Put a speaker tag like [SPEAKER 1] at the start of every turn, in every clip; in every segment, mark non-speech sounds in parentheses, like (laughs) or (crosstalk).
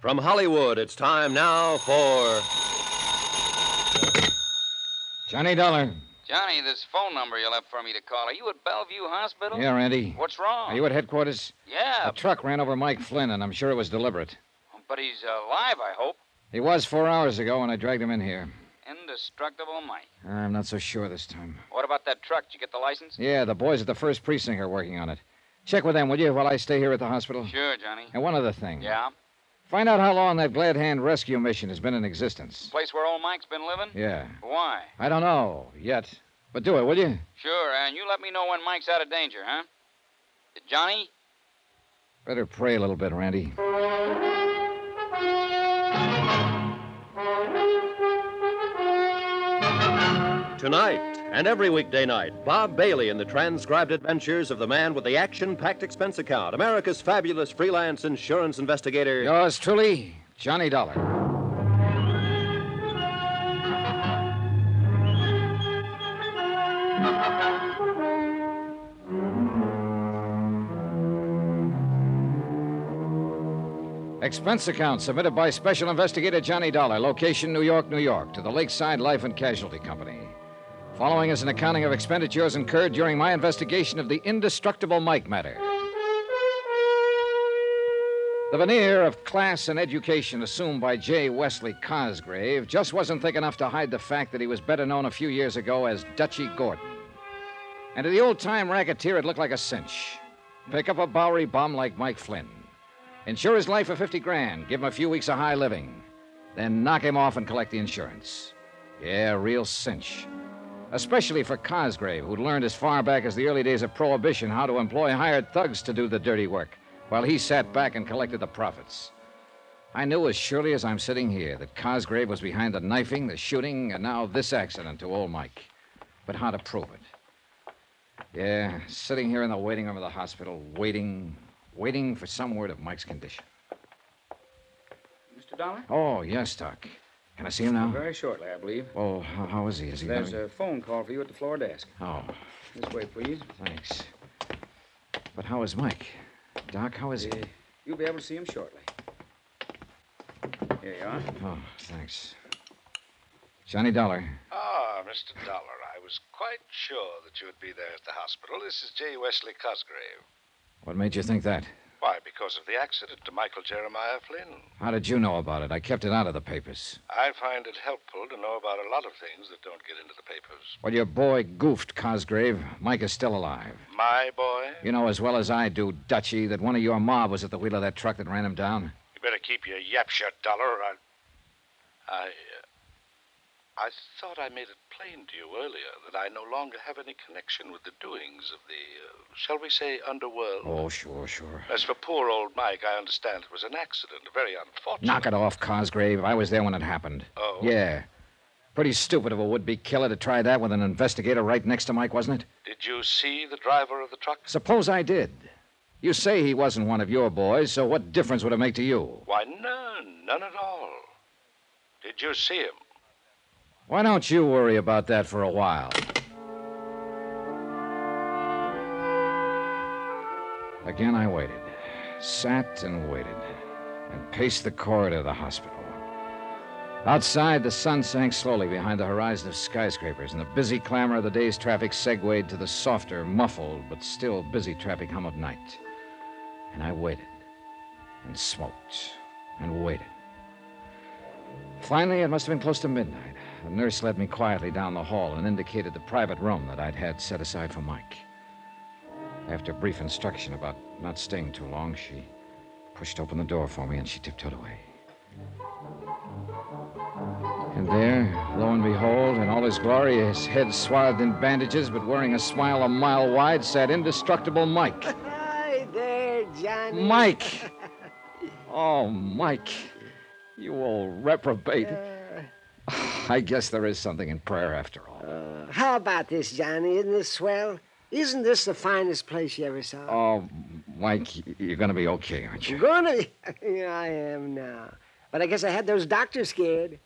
[SPEAKER 1] From Hollywood, it's time now for.
[SPEAKER 2] Johnny Dollar.
[SPEAKER 3] Johnny, this phone number you left for me to call. Are you at Bellevue Hospital?
[SPEAKER 2] Yeah, Randy.
[SPEAKER 3] What's wrong?
[SPEAKER 2] Are you at headquarters?
[SPEAKER 3] Yeah,
[SPEAKER 2] A truck ran over Mike Flynn, and I'm sure it was deliberate.
[SPEAKER 3] but he's alive, I hope.
[SPEAKER 2] He was four hours ago, and I dragged him in here.
[SPEAKER 3] Indestructible Mike.
[SPEAKER 2] I'm not so sure this time.
[SPEAKER 3] What about that truck? Did you get the license?
[SPEAKER 2] Yeah, the boys at the first precinct are working on it. Check with them, will you, while I stay here at the hospital?
[SPEAKER 3] Sure, Johnny.
[SPEAKER 2] And one other thing.
[SPEAKER 3] Yeah?
[SPEAKER 2] Find out how long that Glad Hand rescue mission has been in existence.
[SPEAKER 3] Place where old Mike's been living?
[SPEAKER 2] Yeah.
[SPEAKER 3] Why?
[SPEAKER 2] I don't know yet. But do it, will you?
[SPEAKER 3] Sure, and you let me know when Mike's out of danger, huh? Johnny?
[SPEAKER 2] Better pray a little bit, Randy.
[SPEAKER 1] Tonight and every weekday night, Bob Bailey in the transcribed adventures of the man with the action packed expense account, America's fabulous freelance insurance investigator.
[SPEAKER 2] Yours truly, Johnny Dollar. Expense account submitted by Special Investigator Johnny Dollar, location New York, New York, to the Lakeside Life and Casualty Company. Following is an accounting of expenditures incurred during my investigation of the indestructible Mike matter. The veneer of class and education assumed by J. Wesley Cosgrave just wasn't thick enough to hide the fact that he was better known a few years ago as Dutchy Gordon. And to the old time racketeer, it looked like a cinch. Pick up a Bowery bum like Mike Flynn. Insure his life for 50 grand, give him a few weeks of high living, then knock him off and collect the insurance. Yeah, real cinch. Especially for Cosgrave, who'd learned as far back as the early days of Prohibition how to employ hired thugs to do the dirty work, while he sat back and collected the profits. I knew as surely as I'm sitting here that Cosgrave was behind the knifing, the shooting, and now this accident to old Mike. But how to prove it? Yeah, sitting here in the waiting room of the hospital, waiting, waiting for some word of Mike's condition.
[SPEAKER 4] Mr. Dollar?
[SPEAKER 2] Oh, yes, Doc. Can I see him now?
[SPEAKER 4] Very shortly, I believe.
[SPEAKER 2] Oh, how, how is he? Is he
[SPEAKER 4] There's
[SPEAKER 2] going-
[SPEAKER 4] a phone call for you at the floor desk.
[SPEAKER 2] Oh,
[SPEAKER 4] This way, please.
[SPEAKER 2] thanks. But how is Mike? Doc, how is he?
[SPEAKER 4] Uh, You'll be able to see him shortly. Here you are.
[SPEAKER 2] Oh, thanks. Johnny Dollar.
[SPEAKER 5] Ah, Mr. Dollar, I was quite sure that you would be there at the hospital. This is J. Wesley Cosgrave.
[SPEAKER 2] What made you think that?
[SPEAKER 5] Why, because of the accident to Michael Jeremiah Flynn.
[SPEAKER 2] How did you know about it? I kept it out of the papers.
[SPEAKER 5] I find it helpful to know about a lot of things that don't get into the papers.
[SPEAKER 2] Well, your boy goofed, Cosgrave. Mike is still alive.
[SPEAKER 5] My boy,
[SPEAKER 2] You know as well as I do, Dutchy, that one of your mob was at the wheel of that truck that ran him down.
[SPEAKER 5] you better keep your yap shut, Dollar, or I. I. Uh, I thought I made it plain to you earlier that I no longer have any connection with the doings of the, uh, shall we say, underworld.
[SPEAKER 2] Oh, sure, sure.
[SPEAKER 5] As for poor old Mike, I understand it was an accident, very unfortunate.
[SPEAKER 2] Knock it off, Cosgrave. I was there when it happened.
[SPEAKER 5] Oh.
[SPEAKER 2] Yeah. Pretty stupid of a would be killer to try that with an investigator right next to Mike, wasn't it?
[SPEAKER 5] Did you see the driver of the truck?
[SPEAKER 2] Suppose I did. You say he wasn't one of your boys, so what difference would it make to you?
[SPEAKER 5] Why, none, none at all. Did you see him?
[SPEAKER 2] Why don't you worry about that for a while? Again, I waited. Sat and waited. And paced the corridor of the hospital. Outside, the sun sank slowly behind the horizon of skyscrapers, and the busy clamor of the day's traffic segued to the softer, muffled, but still busy traffic hum of night. And I waited. And smoked. And waited. Finally, it must have been close to midnight. The nurse led me quietly down the hall and indicated the private room that I'd had set aside for Mike. After brief instruction about not staying too long, she pushed open the door for me and she tiptoed away. And there, lo and behold, in all his glory, his head swathed in bandages but wearing a smile a mile wide, sat indestructible Mike.
[SPEAKER 6] (laughs) Hi there, Johnny. (laughs)
[SPEAKER 2] Mike! Oh, Mike. You old reprobate. (sighs) I guess there is something in prayer after all.
[SPEAKER 6] Uh, how about this, Johnny? Isn't this swell? Isn't this the finest place you ever saw?
[SPEAKER 2] oh, Mike, y- you're going to be okay, aren't
[SPEAKER 6] I'm
[SPEAKER 2] you?
[SPEAKER 6] gonna. (laughs) yeah, I am now. But I guess I had those doctors scared.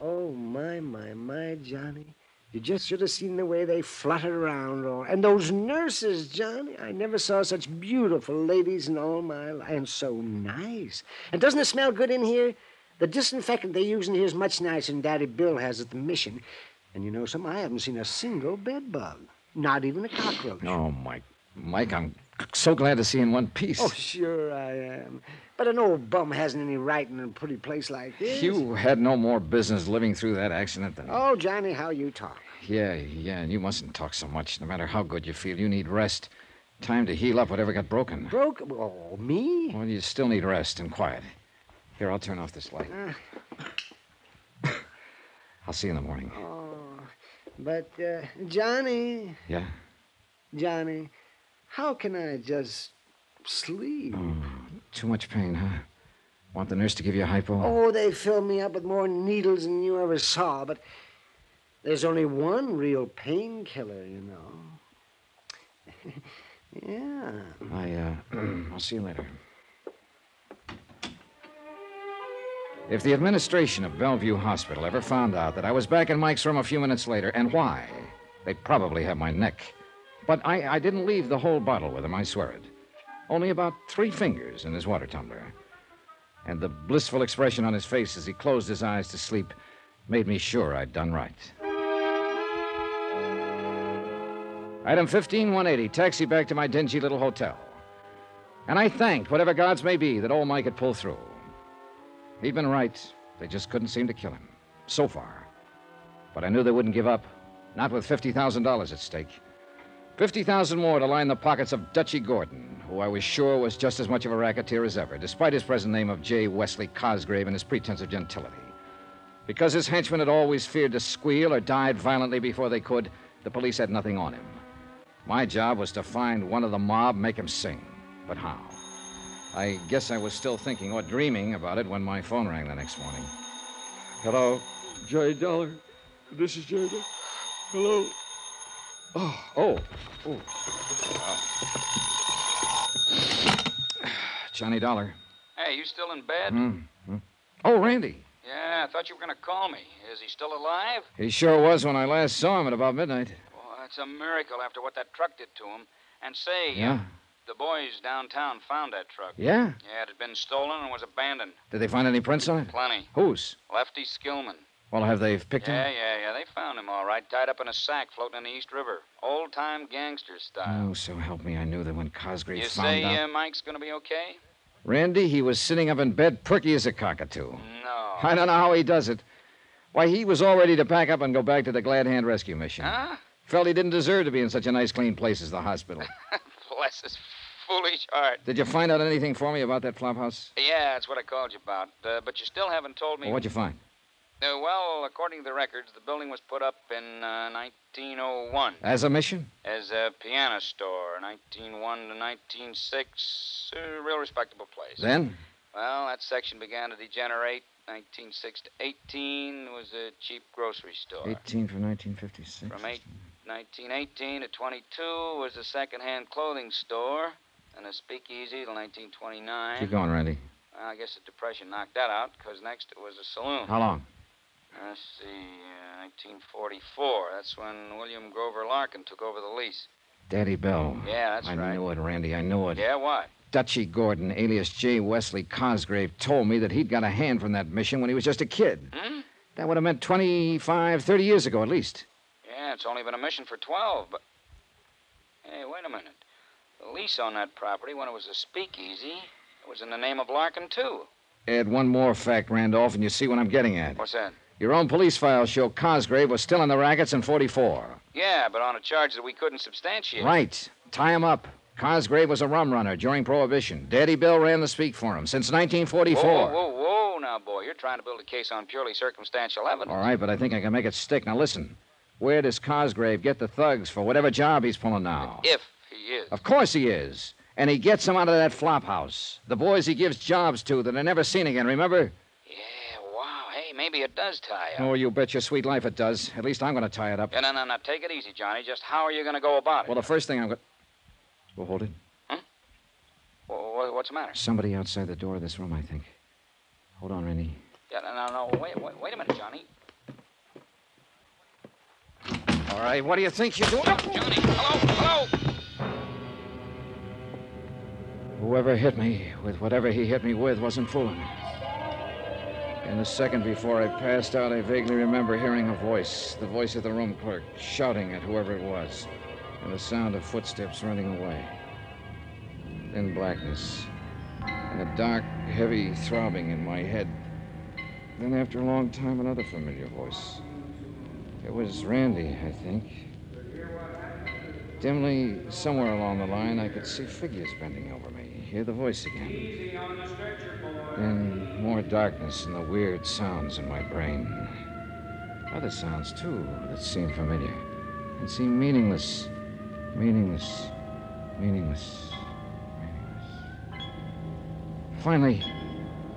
[SPEAKER 6] Oh, my, my, my, Johnny. You just should have seen the way they fluttered around. Or, and those nurses, Johnny. I never saw such beautiful ladies in all my life. And so nice. And doesn't it smell good in here? The disinfectant they use in here is much nicer than Daddy Bill has at the mission. And you know some I haven't seen a single bed bug. Not even a cockroach.
[SPEAKER 2] Oh, Mike. Mike, I'm so glad to see you in one piece.
[SPEAKER 6] (laughs) Oh, sure I am. But an old bum hasn't any right in a pretty place like this.
[SPEAKER 2] you had no more business living through that accident than.
[SPEAKER 6] Oh, Johnny, how you talk.
[SPEAKER 2] Yeah, yeah, and you mustn't talk so much. No matter how good you feel, you need rest. Time to heal up whatever got broken.
[SPEAKER 6] Broke? Oh, me?
[SPEAKER 2] Well, you still need rest and quiet. Here, I'll turn off this light.
[SPEAKER 6] Uh.
[SPEAKER 2] I'll see you in the morning.
[SPEAKER 6] Oh, but uh, Johnny,
[SPEAKER 2] Yeah?
[SPEAKER 6] Johnny, how can I just sleep?
[SPEAKER 2] Too much pain, huh? Want the nurse to give you a hypo?
[SPEAKER 6] Oh, they fill me up with more needles than you ever saw, but there's only one real painkiller, you know. (laughs) yeah.
[SPEAKER 2] I, uh, (clears throat) I'll see you later. If the administration of Bellevue Hospital ever found out that I was back in Mike's room a few minutes later, and why, they'd probably have my neck. But I, I didn't leave the whole bottle with him, I swear it. Only about three fingers in his water tumbler. And the blissful expression on his face as he closed his eyes to sleep made me sure I'd done right. Item 15180, taxi back to my dingy little hotel. And I thanked whatever gods may be that old Mike had pulled through. He'd been right. They just couldn't seem to kill him. So far. But I knew they wouldn't give up. Not with $50,000 at stake. 50000 more to line the pockets of Dutchy Gordon, who I was sure was just as much of a racketeer as ever, despite his present name of J. Wesley Cosgrave and his pretense of gentility. Because his henchmen had always feared to squeal or died violently before they could, the police had nothing on him. My job was to find one of the mob, make him sing. But how? I guess I was still thinking or dreaming about it when my phone rang the next morning.
[SPEAKER 7] Hello, Jerry Dollar. This is Jerry. Dollar. Hello.
[SPEAKER 2] Oh, oh, oh. (sighs) Johnny Dollar.
[SPEAKER 3] Hey, you still in bed?
[SPEAKER 2] Oh, Randy.
[SPEAKER 3] Yeah, I thought you were going to call me. Is he still alive?
[SPEAKER 2] He sure was when I last saw him at about midnight.
[SPEAKER 3] Well, that's a miracle after what that truck did to him. And say, uh,
[SPEAKER 2] Yeah.
[SPEAKER 3] the boys downtown found that truck.
[SPEAKER 2] Yeah?
[SPEAKER 3] Yeah, it had been stolen and was abandoned.
[SPEAKER 2] Did they find any prints on it?
[SPEAKER 3] Plenty.
[SPEAKER 2] Whose?
[SPEAKER 3] Lefty Skillman.
[SPEAKER 2] Well, have they picked
[SPEAKER 3] Yeah,
[SPEAKER 2] him?
[SPEAKER 3] yeah, yeah. They found him all right, tied up in a sack floating in the East River. Old time gangster style.
[SPEAKER 2] Oh, so help me. I knew that when Cosgrave
[SPEAKER 3] you
[SPEAKER 2] Hmm. found
[SPEAKER 3] say
[SPEAKER 2] out.
[SPEAKER 3] uh, Mike's going to be okay?
[SPEAKER 2] Randy, he was sitting up in bed, perky as a cockatoo.
[SPEAKER 3] No.
[SPEAKER 2] I don't know how he does it. Why, he was all ready to pack up and go back to the Glad Hand rescue mission.
[SPEAKER 3] Huh? (laughs)
[SPEAKER 2] Felt he didn't deserve to be in such a nice, clean place as the hospital.
[SPEAKER 3] Bless his foolish heart.
[SPEAKER 2] Did you find out anything for me about that flophouse?
[SPEAKER 3] Yeah, that's what I called you about. Uh, but you still haven't told me.
[SPEAKER 2] Well, what'd you find?
[SPEAKER 3] Uh, well, according to the records, the building was put up in uh, 1901
[SPEAKER 2] As a mission?
[SPEAKER 3] as a piano store, 1901 to 1906. A real respectable place.
[SPEAKER 2] Then?
[SPEAKER 3] Well, that section began to degenerate. 1906 to 18 was a cheap grocery store.
[SPEAKER 2] 18 from 1956.
[SPEAKER 3] From eight- 1918 to 22 was a second-hand clothing store and a speakeasy till 1929.
[SPEAKER 2] Keep going, Randy.
[SPEAKER 3] Well, I guess the Depression knocked that out, 'cause next it was a saloon.
[SPEAKER 2] How long?
[SPEAKER 3] Let's see, uh, 1944. That's when William Grover Larkin took over the lease.
[SPEAKER 2] Daddy Bell.
[SPEAKER 3] Yeah, that's
[SPEAKER 2] I
[SPEAKER 3] right.
[SPEAKER 2] knew it, Randy. I knew it.
[SPEAKER 3] Yeah, what?
[SPEAKER 2] Dutchy Gordon, alias J. Wesley Cosgrave, told me that he'd got a hand from that mission when he was just a kid.
[SPEAKER 3] Hmm?
[SPEAKER 2] That would have meant 25, 30 years ago at least.
[SPEAKER 3] Yeah, it's only been a mission for 12, but. Hey, wait a minute. The lease on that property, when it was a speakeasy, it was in the name of Larkin, too.
[SPEAKER 2] Add one more fact, Randolph, and you see what I'm getting at.
[SPEAKER 3] What's that?
[SPEAKER 2] Your own police files show Cosgrave was still in the rackets in 44.
[SPEAKER 3] Yeah, but on a charge that we couldn't substantiate.
[SPEAKER 2] Right. Tie him up. Cosgrave was a rum runner during Prohibition. Daddy Bill ran the speak for him since 1944.
[SPEAKER 3] Whoa, whoa, whoa, now, boy. You're trying to build a case on purely circumstantial evidence.
[SPEAKER 2] All right, but I think I can make it stick. Now listen. Where does Cosgrave get the thugs for whatever job he's pulling now?
[SPEAKER 3] If he is.
[SPEAKER 2] Of course he is. And he gets them out of that flop house. The boys he gives jobs to that are never seen again, remember?
[SPEAKER 3] Yeah, wow. Hey, maybe it does tie up.
[SPEAKER 2] Oh, you bet your sweet life it does. At least I'm going to tie it up.
[SPEAKER 3] Yeah, no, no, no. Take it easy, Johnny. Just how are you going to go about it?
[SPEAKER 2] Well, the first thing I'm going to. Well, hold it.
[SPEAKER 3] Wha- wha- what's the matter?
[SPEAKER 2] Somebody outside the door of this room, I think. Hold on, Randy.
[SPEAKER 3] Yeah, no, no, no. Wait, wait, wait a minute, Johnny.
[SPEAKER 2] All right, what do you think you're doing?
[SPEAKER 3] Johnny, hello, hello.
[SPEAKER 2] Whoever hit me with whatever he hit me with wasn't fooling me. In the second before I passed out, I vaguely remember hearing a voice, the voice of the room clerk, shouting at whoever it was, and the sound of footsteps running away. Then blackness, and a dark, heavy throbbing in my head. Then, after a long time, another familiar voice. It was Randy, I think. Dimly, somewhere along the line, I could see figures bending over me, hear the voice again. Then more darkness and the weird sounds in my brain. Other sounds, too, that seemed familiar and seemed meaningless. Meaningless. Meaningless. Meaningless. Finally,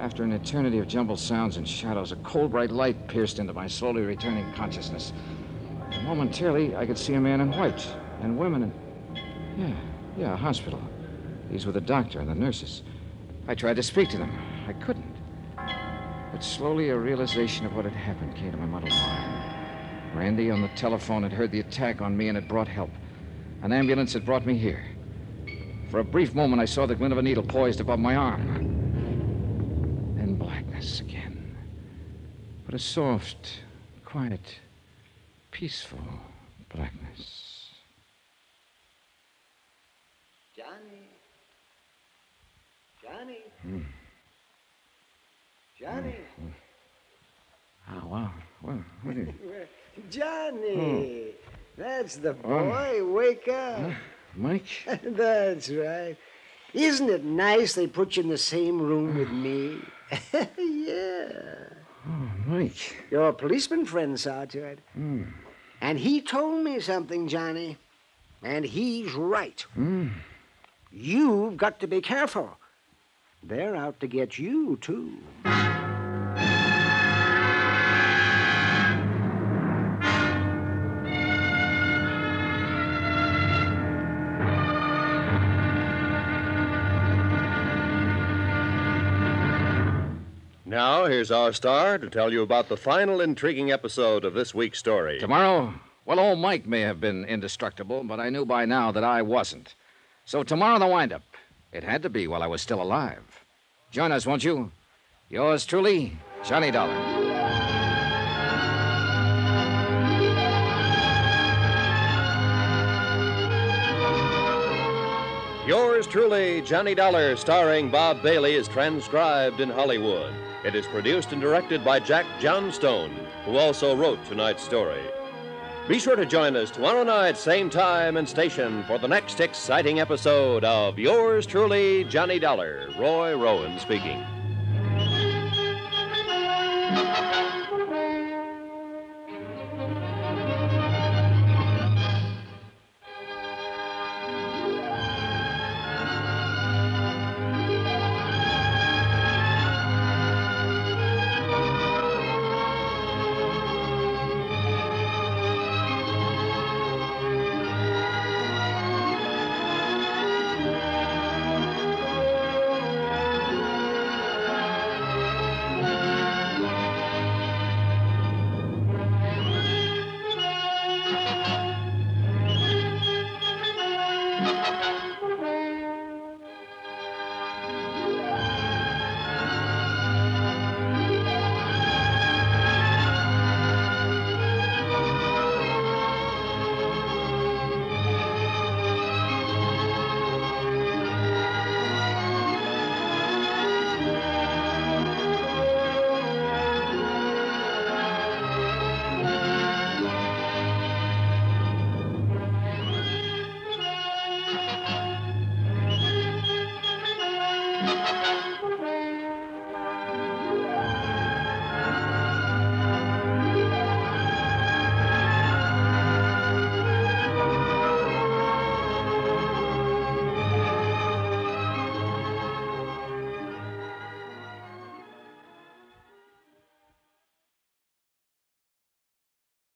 [SPEAKER 2] after an eternity of jumbled sounds and shadows, a cold, bright light pierced into my slowly returning consciousness. And momentarily, I could see a man in white and women in. Yeah, yeah, a hospital. These were the doctor and the nurses. I tried to speak to them. I couldn't. But slowly, a realization of what had happened came to my muddled mind. Randy on the telephone had heard the attack on me and had brought help. An ambulance had brought me here. For a brief moment, I saw the glint of a needle poised above my arm. Then blackness again. But a soft, quiet, peaceful blackness.
[SPEAKER 6] Johnny. Johnny. Johnny.
[SPEAKER 2] Oh, wow. Well, what do you...
[SPEAKER 6] Johnny. That's the
[SPEAKER 2] Oh.
[SPEAKER 6] boy. Wake up.
[SPEAKER 2] Mike?
[SPEAKER 6] (laughs) That's right. Isn't it nice they put you in the same room with me? (laughs) yeah.
[SPEAKER 2] Oh, Mike.
[SPEAKER 6] Your policeman friend saw to it. And he told me something, Johnny. And he's right.
[SPEAKER 2] Hmm.
[SPEAKER 6] You've got to be careful. They're out to get you, too.
[SPEAKER 1] Now, here's our star to tell you about the final intriguing episode of this week's story.
[SPEAKER 2] Tomorrow? Well, old Mike may have been indestructible, but I knew by now that I wasn't. So tomorrow, the windup. It had to be while I was still alive. Join us, won't you? Yours truly, Johnny Dollar.
[SPEAKER 1] Yours truly, Johnny Dollar, starring Bob Bailey, is transcribed in Hollywood. It is produced and directed by Jack Johnstone, who also wrote tonight's story. Be sure to join us tomorrow night, same time and station, for the next exciting episode of Yours truly, Johnny Dollar. Roy Rowan speaking.